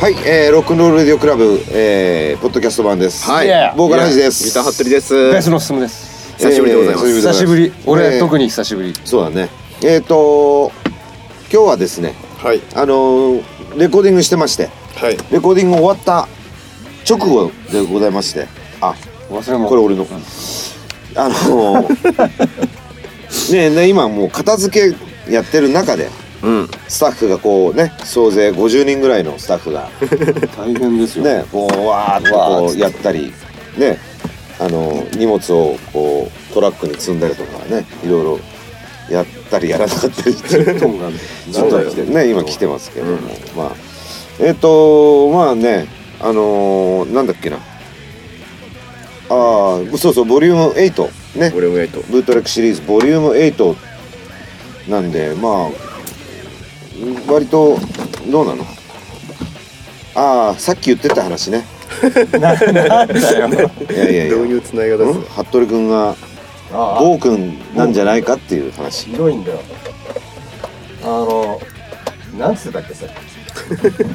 はい、えー、ロックンロールレディオクラブ、えー、ポッドキャスト版です。はいボーカルハジです。ギターハットリでです。ベースの進むです久しぶりでございます久しぶり俺、えー特に久しぶりそうだね。えっ、と今日はですね、はいあのーレコーディングしてまして、はいレコーディング終わった直後でございまして、あ、忘れもこれ俺の、あの ーねえね今もう片付けやってる中で。うんスタッフがこうね総勢50人ぐらいのスタッフが大変ですよ、ねこうわーっとこうやったりねあの荷物をこうトラックに積んだりとかねいろいろやったりやらなかったりしてトンがちょっと 来てね今来てますけども、まあえっ、とまあねあのーなんだっけなああそうそうボリューム8ねボリューム8ブートレックシリーズボリューム8なんでまあ割とどうなのああさっき言ってた話ねいやいやいやどういう繋い方うでんす服部君がああ暴君なんじゃないかっていう話ひどいんだよあのなんつってたっけさ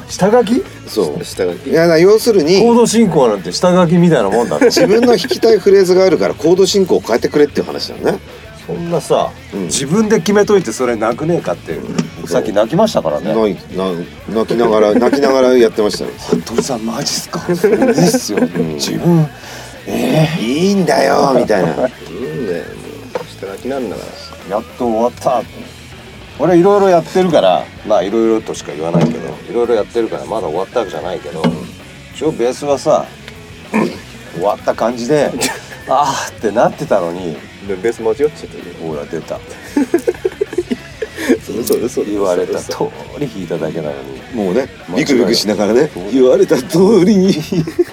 下書きそ下書うきいやだ要するにコード進行なんて下書きみたいなもんだって自分の弾きたいフレーズがあるからコード進行を変えてくれっていう話だねそんなさ、うん自分で決めといてそれ泣くねえかって僕さっき泣きましたからね泣いな泣きながら泣きながらやってましたね 服部さんマジっすかいいっすよ、自分いいんだよみたいなうんねもう下書きなんだからやっと終わった俺いろいろやってるからまあいろいろとしか言わないけどいろいろやってるからまだ終わったわけじゃないけど一応ベース はさ終わった感じであーってなってたのにでベース間違っちゃったねほら出た嘘嘘嘘言われた嘘通り弾いただけなのにもうね間違いないビクビクしながらね 言われた通りに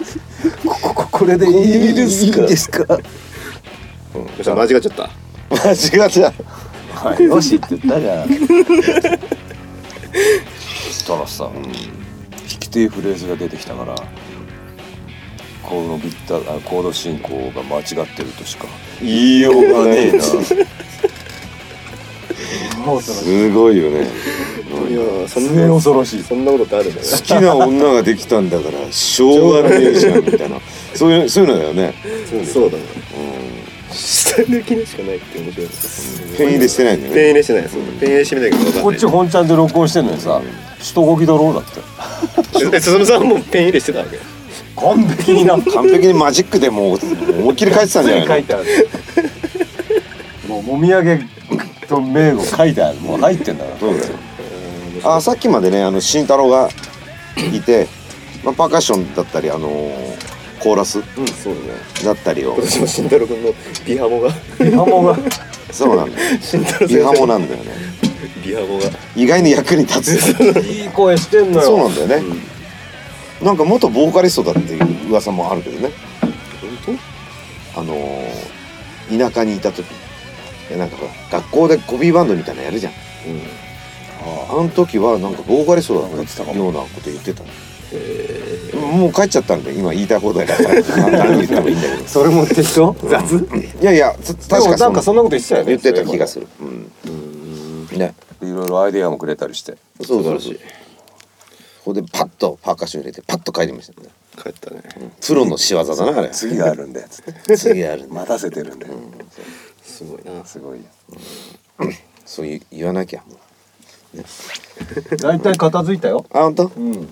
ここここれでいいですかいいんですか嘘間違っちゃった間違ったよしって言ったじゃんそしたらさ、弾き手フレーズが出てきたからコードビッタあコード進行が間違ってるとしか言いようがねえなもうそすごいよねいやーそん末な恐ろしいそんなことってあるんだね好きな女ができたんだからしょうがねえじゃんみたいなそういうそういうのだよねそうだね下書きにしかないって面白いですペン入れしてないんだよペンね入れしてないですペン入れしてみたいけど分かんこなっいち本ちゃんで録音してんのにさ人動きだろうだってえ進さんもペン入れしてたわけ完璧になっ完璧にマジックでもう思いっきり書いてたんじゃ書ないいてあるもうもみあげと名語書いてあるもう入ってんだからの、うん、あさっきまでねあの慎太郎がいて、まあ、パーカッションだったりあのーコーラスうんそうだねだったりを今年も慎太郎君のビハモがビハモがそうなんだよ慎太郎リ先ハ生モなんだよね ビハモが意外に役に立ついい声してんのよそうなんだよね、なんか元ボーカリストだっていう噂もあるけどね本あのー田舎にいた時いやなんかほら学校でコピーバンドみたいなのやるじゃん当うんあの時はなんかボーカリストだ言ってたっかたもようなこと言ってたのもう帰っちゃったんで今言いたい放題だから何言ってもいいんだけどそれも適当雑 いやいやつで確もかなんかそんなこと言ってたよね言ってた気がするうんねいろいろアイデアもくれたりしてそうだしいここでパッとパーカッション入れてパッと帰りましたね帰ったねプロの仕業だなあれ次があるんでつっ て次あるね待たせてるんですごいなすごいよそう言言わなきゃ大体片付いたよあ本当うん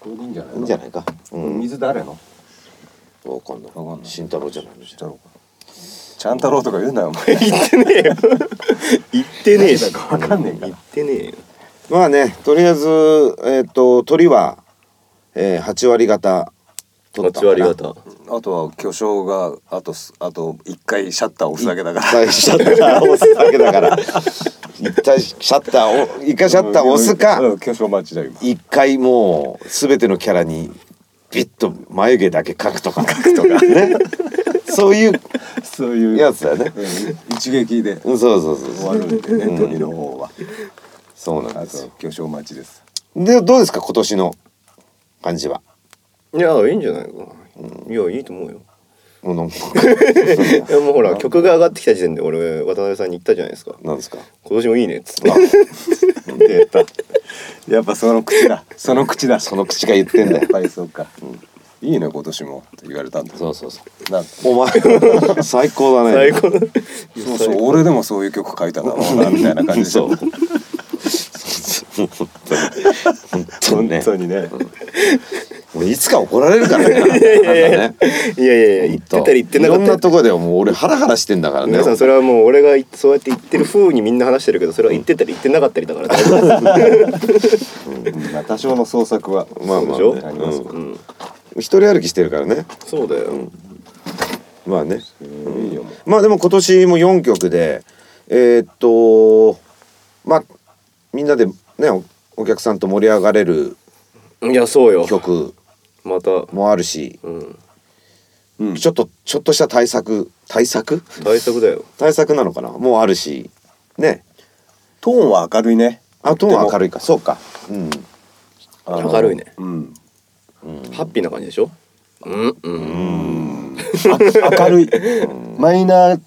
これでいいんじゃないいいんじゃないかうん水誰のわかんないわかんない慎太郎じゃないちゃん太郎とか言うなよお前言ってねえだわかんねえか言ってねえよまあねとりあえずえっ、と鳥は、えー、8割方取った8割方あとは巨匠があとすあと一回シャッター押すだけだから最初シャッターを押すだけだから一回シャッターを一回シャッターを押すうかん巨匠待ちだよ今一回もう全てのキャラにビッと眉毛だけ描くとか描くとかね そういうそういうやつだねうん一撃でうんそうそうそう終そわうるんでね鳥の方はそうなんあですとよ巨匠待ちですでどうですか今年の感じはいやいいんじゃないかな、いやいいと思うよものいやもうほら曲が上がってきた時点で俺渡辺さんに言ったじゃないですかなんですか今年もいいねっつってあうん言ったやっぱその口だ その口だその口が言ってんだ やっよぱりそうか、いいね今年もって言われたんだそうそうそうなんかお前最高だね 最高 だそうそう俺でもそういう曲書いただろ うなみたいな感じでそう本当本に本当当にねにね俺いつか怒られるからねなんだねいやいやいや言ってたり言ってなかっいろたんりなとこでもう俺ハラハラしてんだからね皆さんそれはもう俺がそうやって言ってる風にみんな話してるけどそれは言ってたり言ってなかったりだから大丈夫まあ多少の創作はまあまあ、ねそうでしょありますうかんうん一人歩きしてるからねそうだよまあねらいいよもうまあでも今年も4曲でえーっとまあみんなでねおお客さんと盛り上がれるいやそうよ曲またもあるし、うんうんちょっとちょっとした対策対策対策だよ対策なのかなもうあるしねトーンは明るいねあとは明るいかそうかうんあの明るいねうんハッピーな感じでしょうんうんあ明るいマイナー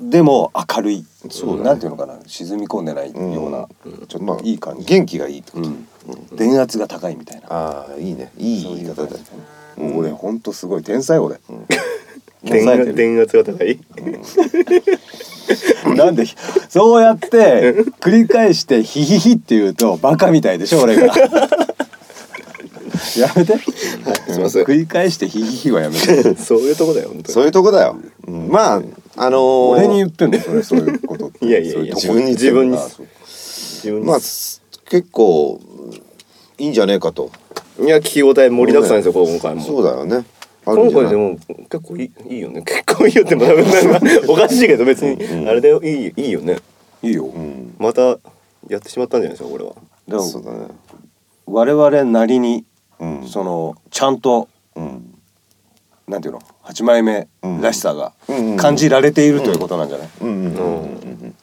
でも明るいそうなんていうのかな沈み込んでないんようなちょっとまあいい感じ元気がいいってこと、うん電圧が高いみたいなああいいねいいそう言いいう方感だじもう俺ほんとすごい天才俺抑え電て圧る電圧が高い なんでそうやって繰り返してヒヒヒって言うとバカみたいでしょ俺が やめてすいません繰り返してヒヒヒはやめてそういうとこだよ本当そういうとこだよ、うんまああのー俺に言ってんのそれそういうことってにいやいやいやそういうとこ自分にあそう自分にまあす結構いいんじゃねえかといや聞き応え盛りだくさんですよ今回もそうだよねあるん今じゃ回ないでも結構いいいいよね結構いいよっても多分なんかおかしいけど別にあれでいいいいよねいいよ、うんまたやってしまったんじゃないですかこれはでもそうだね我々なりにうんそのちゃんとうんなんていうの8枚目うんらしさがうん感じられているということなんじゃない、うんうんうん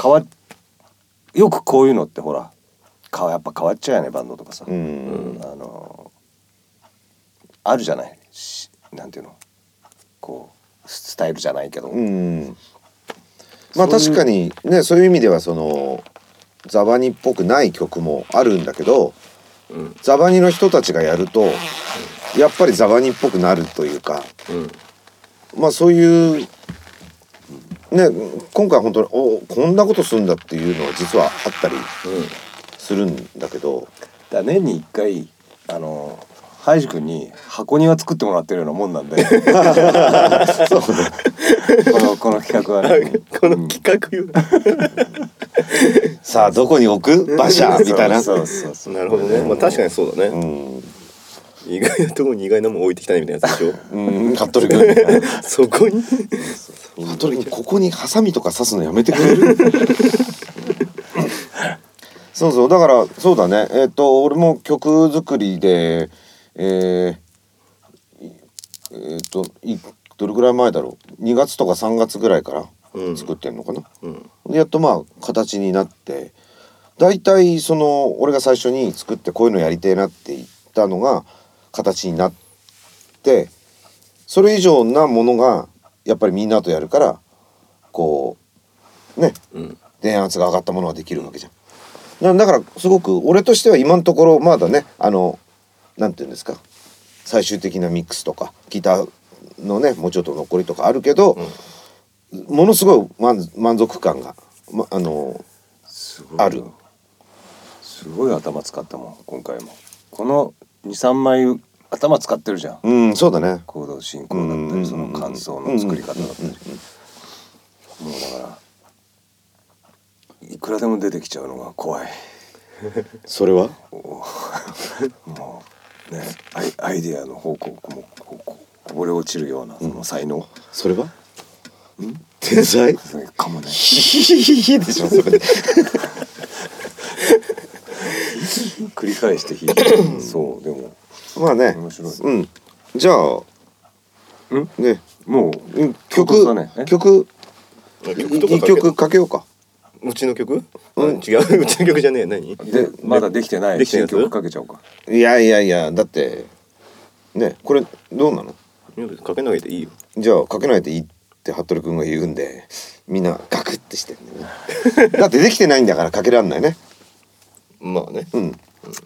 変わっよくこういうのってほらかやっぱ変わっちゃうよねバンドとかさ、うんあのあるじゃないしなんていうのこうスタイルじゃないけど、うんまあそういう確かにねそういう意味ではそのザバニっぽくない曲もあるんだけど、うんザバニの人たちがやるとやっぱりザバニっぽくなるというかうんまあそういうね今回本当におこんなことするんだっていうのは実はあったりするんだけどだから年に1回あのハイジ君に箱庭作ってもらってるようなもんなんで そうこのこの企画は ねうんこの企画よさあどこに置く馬車み たいな。そうそうそうなるほどねまあ確かにそうだね意外なところに意外なもん置いてきたねみたいなやつ でしうん、服部君ょそこに服部君ここにハサミとか刺すのやめてくれる そうそうだからそうだねえっ、と俺も曲作りでえーいえっ、といどれぐらい前だろう2月とか3月ぐらいかうらん作ってんのかな、うんでやっとまあ形になって大体その俺が最初に作ってこういうのやりてえなって言ったのが形になってそれ以上なものがやっぱりみんなとやるからこうねうん電圧が上がったものができるわけじゃん。なだからすごく俺としては今のところまだねあのなんて言うんですか最終的なミックスとかギターのねもうちょっと残りとかあるけど、ものすごい満満足感が、ま、あのすごいよあるすごい頭使ったもん今回もこの23枚頭使ってるじゃんうんそうだね行動進行だったりその感想の作り方だったりもうだからいくらでも出てきちゃうのが怖いそれはもうねアイアイデアの方向もこうこうこぼれ落ちるようなその才能、それは天才 それかもねヒヒヒヒでしょそれ繰り返して弾いてるそうでもまあね面白いうんじゃあんねもううん唐突曲、だねえ曲曲とか一曲かけようかうちの曲うん違ううちの曲じゃねえ何でまだできてなでいきてない新やつ曲かけちゃおうかいやいやいやだってねこれどうなのかけないでいいよじゃあかけないでいいって服部君が言うんでみんなガクってしてんだよねだってできてないんだからかけらんないねまあねうん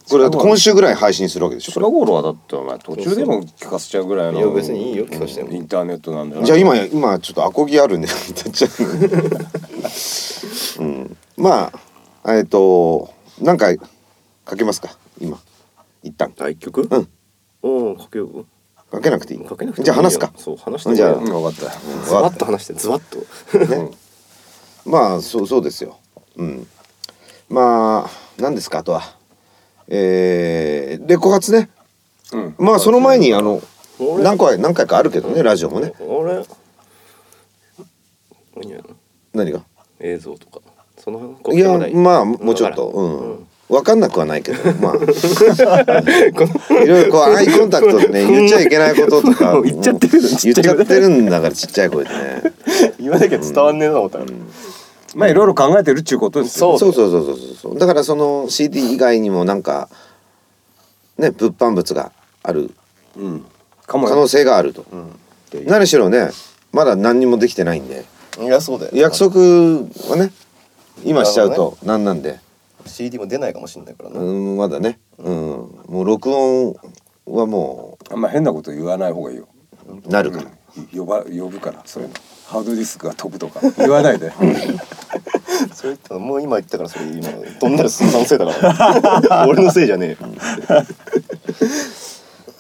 これだって今週ぐらい配信するわけでしょこ近頃はだってお前途中でも聞かせちゃうぐらいのいや別にいいよ聞かせてもうんインターネットなんだれじゃあ今今ちょっとアコギあるん で歌っちゃう、うん、まあえっ、と何回かけますか今一旦あ一曲うんうんかけようかけなくていいかけなくてもいいよじゃあ話すかそう話してじゃあうん分かったズバッと話してズバッとね、まあそうそうですよ。うん、まあ何ですかあとは、えー、レコ発ね。うんまあその前にあの俺何回何回かあるけどねラジオもね。俺何やろ何が？映像とかそのいやまあもうちょっとうん。わかんなくはないけど、まあ、いろいろこうアイコンタクトでね、言っちゃいけないこととかも、う言っちゃってるのうん言っちゃってるんだから、ちっちゃい声でね。言わなきゃ伝わんねえな思ったらまあいろいろ考えてるっちゅうことですよそそうそうそうそうそうそうだからその CD 以外にもなんかね物販物があるうんかも可よ能性があると、何しろねまだ何にもできてないんでいやそうだよ約束はね今しちゃうなるほとなんなんで、 CD も出ないかもしれないからなうん、まだね、うん、もう録音はもあんま変なこと言わない方がいいようなるから、呼ば呼ぶからそういうのハードディスクが飛ぶとか言わないでそれ言ったらもう今言ったからそれ今どんならすんのせいだから 俺のせいじゃねえよ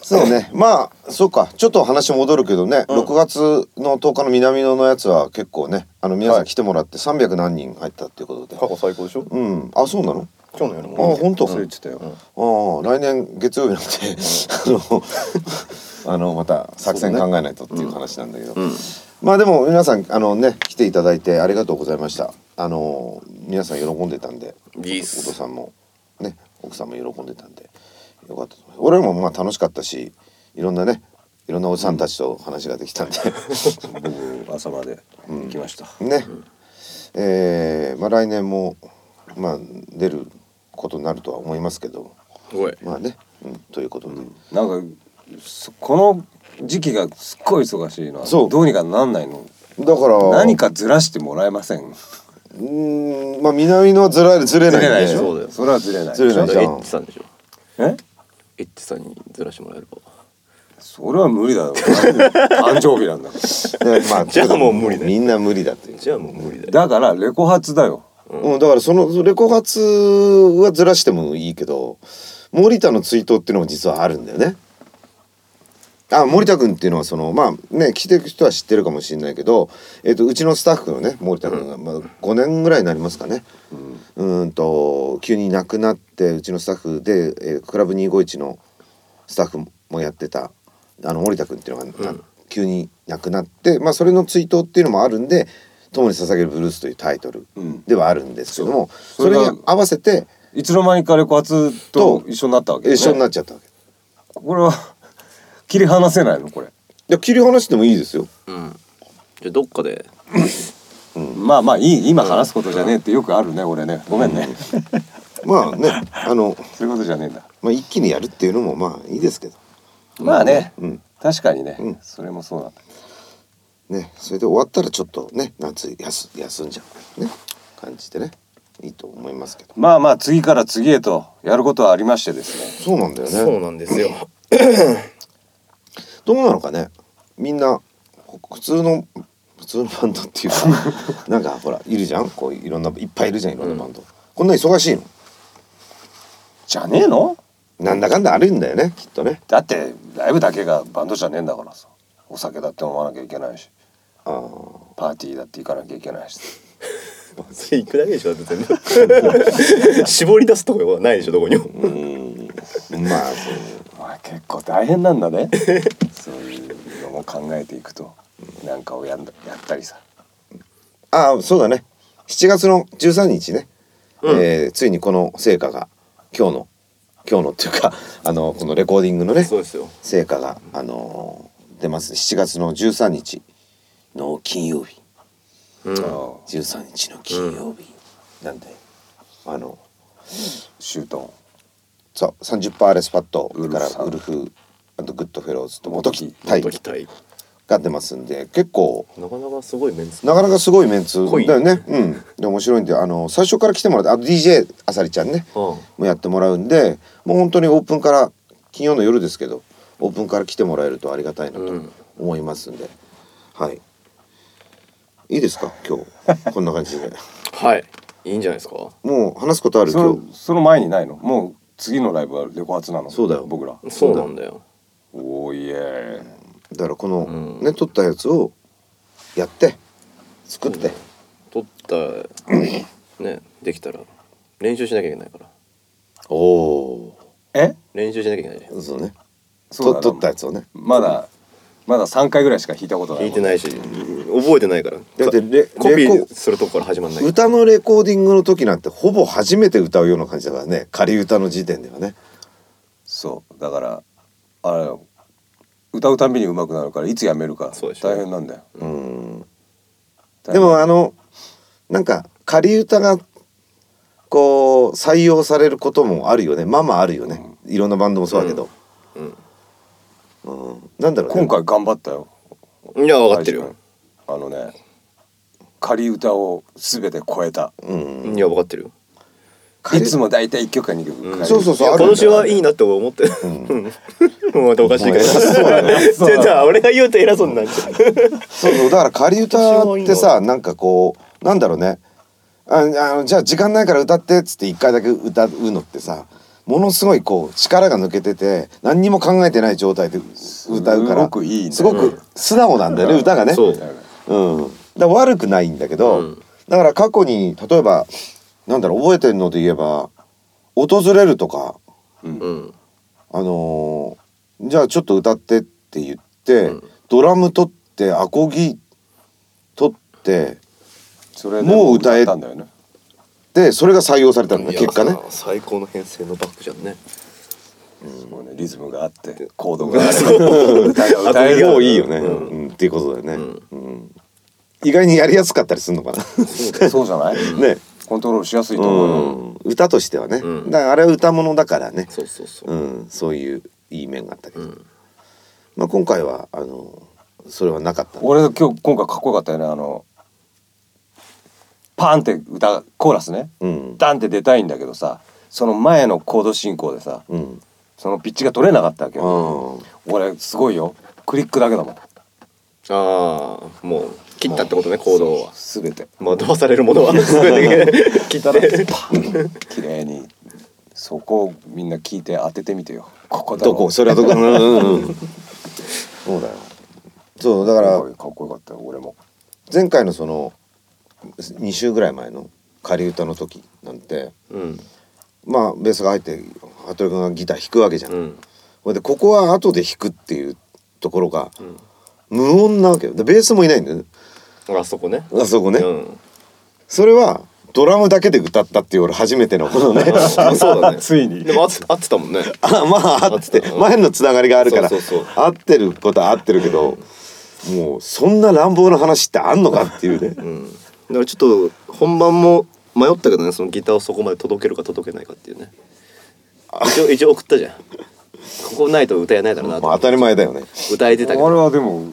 そうねまあそうかちょっと話戻るけどね、6月の10日の南野のやつは結構ねあの皆さん来てもらって300何人入ったっていうことで、過去最高でしょうんあそうなの去年よりあも本当そう言ってたよああ来年月曜日 なんであのあのまた作戦考えないとっていう話なんだけど、まあでも皆さんあのね来ていただいてありがとうございましたあの皆さん喜んでたんでいいっすお父さんもね奥さんも喜んでたんでよかったと思います俺もまあ楽しかったしいろんなねいろんなおじさんたちと話ができたんで僕朝まで行きました、ね、えーまあ来年もまあ出ることになるとは思いますけどおいまあね、うん、ということで。なんかそこの時期がすっごい忙しいのはそうどうにかなんないのだから何かずらしてもらえませんうーんまあ南のはずらずれないんでしそょうだよそれはずれないずれエないじゃッんチさんでしょえエッチさんにずらしてもらえればそれは無理だろ誕生日な んだかねまあじゃあもう無理だよみんな無理だっていう、じゃあもう無理だよらだからレコ発だようんだからそのレコ発はずらしてもいいけど森田の追悼っていうのも実はあるんだよねあ森田君っていうのはそのまあね来てる人は知ってるかもしれないけど、えっとうちのスタッフのね森田君が、まあ、5年ぐらいになりますかね、うーんと急に亡くなってうちのスタッフで、えークラブ251のスタッフもやってたあの森田君っていうのが、うん急に亡くなって、まあ、それの追悼っていうのもあるんで「共に捧げるブルース」というタイトルうんではあるんですけども、そうそれそれがに合わせていつの間にかレコ発と一緒になったわけ、ね、一緒になっちゃったわけ。これは切り離せないのこれ、いや切り離してもいいですよ。うんじゃあどっかでまあまあいい今話すことじゃねえってよくあるね俺ねごめんね、そうまあねあの、いうことじゃねえんだまあ、一気にやるっていうのもまあいいですけどまあね、うん確かにね、うんそれもそうなんだねそれで終わったらちょっとね夏休休んじゃうね感じでねいいと思いますけど。まあまあ次から次へとやることはありましてですねそうなんだよね。そうなんですよどうなのかねみんなほ普通の普通のバンドっていうか なんかほらいるじゃんこういろんないっぱいいるじゃんいろんなバンド、こんな忙しいのじゃねえのなんだかんだあるんだよねきっとねだってライブだけがバンドじゃねえんだからさお酒だって飲まなきゃいけないしあーパーティーだって行かなきゃいけないしそれ行くだけでしょだって全部 絞り出すとこはないでしょどこにもうーんまあそうお前結構大変なんだねそういうのも考えていくとなんかをやんだやったりさあーそうだね7月の13日ね、えーついにこの成果が今日の今日のっていうか あのこのレコーディングのねそうですよ成果が、あのー出ます7月の13日の金曜日うんあの13日の金曜日、なんであのシュートさ30パーレスパッドそれからウウルルフあとグッドフェローズとモモトトキキ対本当期待が出ますんで結構なかなかすごいメンツなかなかすごいメンツ濃いだよね。うん。で面白いんであの最初から来てもらってあと DJ あさりちゃんねうんもやってもらうんでもう本当にオープンから金曜の夜ですけどオープンから来てもらえるとありがたいなとうん思いますんで、はい。いいですか今日 こんな感じで。はいいいんじゃないですかもう話すことあるそ今日のその前にないのもう次のライブは横発なのそうだよ僕らそうなんだよおおいえだからこのうんね撮ったやつをやって作って撮った ねできたら練習しなきゃいけないからおおえ練習しなきゃいけないじゃんーそうねそうだと撮ったやつをねまだまだ3回ぐらいしか弾いたことない弾いてないし覚えてないからだってレコピレコーするとこから始まんない歌のレコーディングの時なんてほぼ初めて歌うような感じだからね仮歌の時点ではねそうだからあれ歌うたんびに上手くなるからいつやめるかそうでしょ大変なんだようん大変でもあのなんか仮歌がこう採用されることもあるよねまあまああるよねいろんなバンドもそうだけど、うんうんなんだろう、ね、今回頑張ったよいや分かってるよあのね仮歌を全て超えたうんいや分かってるよいつも大体1曲か2曲仮歌そうそうそういやあるんだ今年はいいなって思って うんまたおかしいからそう じゃあ俺が言うと偉そうになっちゃうそうそうだから仮歌ってさなんかこうなんだろうねああのじゃあ時間ないから歌ってっつって一回だけ歌うのってさものすごいこう力が抜けてて何にも考えてない状態で歌うからすごくいいんだよすごく素直なんだよね、歌がねそううん、だから悪くないんだけど、うんだから過去に例えばなんだろう覚えてるので言えば「訪れる」とかうんあのーじゃあちょっと歌ってって言って、ドラム取ってアコギ取ってそれでもう歌えたんだよねでそれが採用されたんだ結果ねいや最高の編成のバックじゃんねもうねリズムがあってコードがあって歌が歌えるもういいよね、うんっていうことだよね、うん意外にやりやすかったりするのか なそうじゃないね、コントロールしやすいとう思うよん、歌としてはね、うんだからあれは歌物だからね、そうそうそううんそういういい面があったけど、んまあ、今回はあのそれはなかった俺今日今回かっこよかったよねあのパーンって歌コーラスねうんダンって出たいんだけどさその前のコード進行でさうんそのピッチが取れなかったわけあよー俺すごいよクリックだけだもんああもう切ったってことね行動は全てまあどうされるものは 全て切ったら 綺麗にそこをみんな聞いて当ててみてよここだろどこそれはどこうんうんうんそうだよそうだかすらごいかっこよかったよ俺も前回のその2週ぐらい前の仮歌の時なんてうんまあベースが入って服部君がギター弾くわけじゃん、うんほいでここは後で弾くっていうところが無音なわけよでベースもいないんだよねあそこねあそこね、 うんそれはドラムだけで歌ったっていう俺初めてのこのねあそうだねついにでも合って合ってたもんねあ まあ合ってて前のつながりがあるからそうそうそう合ってることは合ってるけどもうそんな乱暴な話ってあんのかっていうねうんだからちょっと本番も迷ったけどねそのギターをそこまで届けるか届けないかっていうね一応一応送ったじゃんここないと歌えないだろうなまあ当たり前だよね。歌えてたけ俺どはでも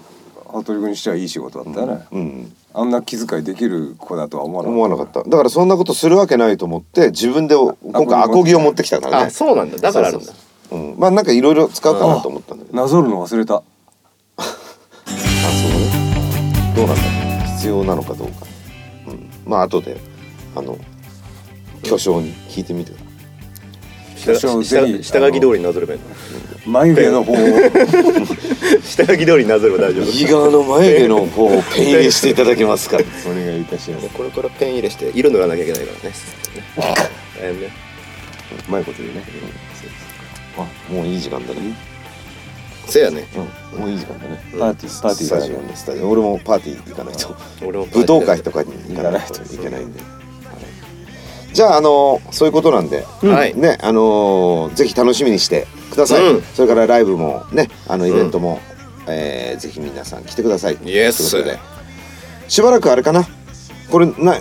羽鳥君にしてはいい仕事だったよね、うんあんな気遣いできる子だとは思わな思かっわなかっただからそんなことするわけないと思って自分で今回アコギを持ってきたからあね、そうなんだだからあるんだそううん、まあなんかいろいろ使うかなと思ったんだけたどあなぞるの忘れたそうねどうなんだろう必要なのかどうか、うん、まあ後であの巨匠に聞いてみて下私は下ぜひ下下書き通りになぞればいいの眉毛の方を下書き通りになぞれば大丈夫側の眉毛の方をペン入れしていただけますかお願いいたしますこれからペン入れして色塗らなきゃいけないからね大変ねうまいこと言うねあもういい時間だねせやねうんもういい時間だねパーティーパーティースだタねジオにスタジオ俺もパーティー行かないと俺も舞踏会とかに行かないといけないんではいじゃああのそういうことなんで、はいねあのぜひ楽しみにしてください、うんそれからライブもねあのイベントも、えーぜひ皆さん来てくださいイエスということでしばらくあれかなこれな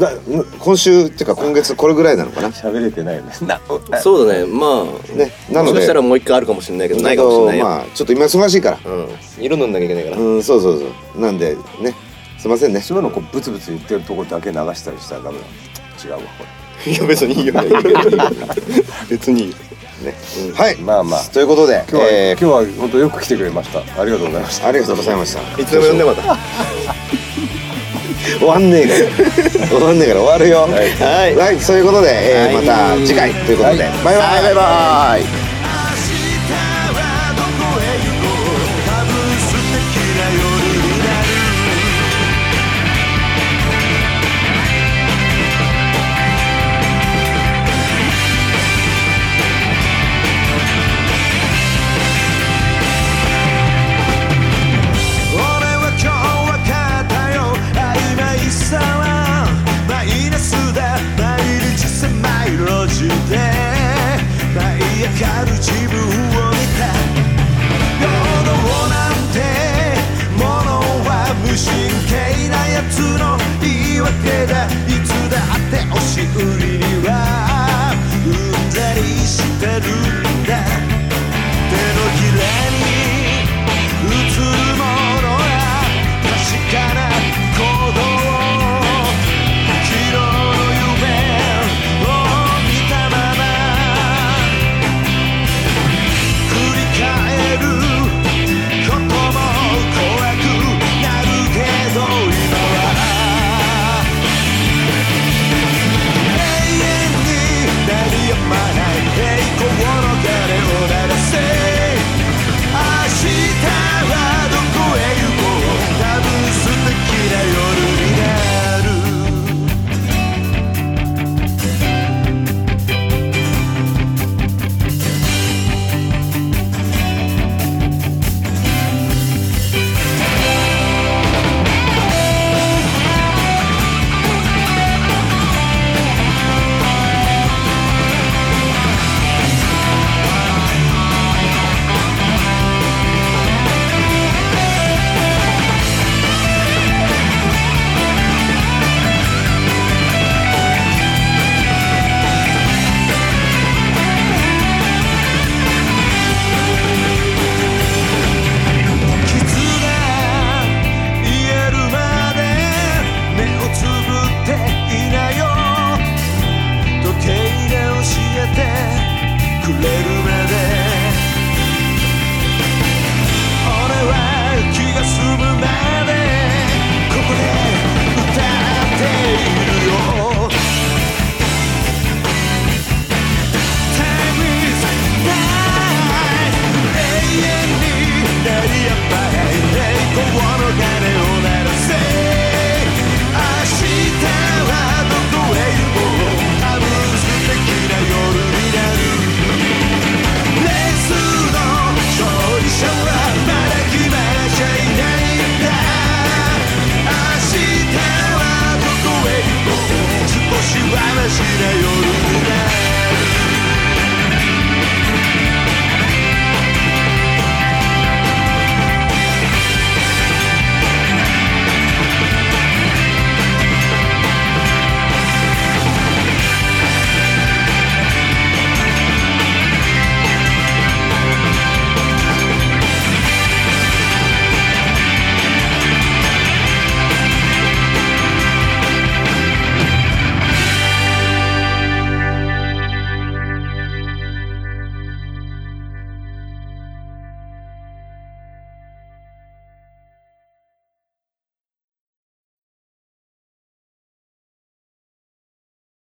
だ今週っていうか今月これぐらいなのかな喋れてないよね。なそうだねまあねなのでもしかしたらもう一回あるかもしれないけどないかもしれないけどよ、まあちょっと今忙しいからうん色塗んなきゃいけないから、うんそうそうそうなんでねすいませんねそういうのこうブツブツ言ってるとこだけ流したりしたらダメだ。違うわ。こ いや別にいいよ 別にいいよはいまあまあということでれ今日は、えー今日は本当よく来てくれました。ありがとうございました。ありがとうございましたいつでも呼んでまたは終わんねえから終わんねえから終わるよはいい、そういうことで、えーはいまた次回ということで、はいバイバイバイバイ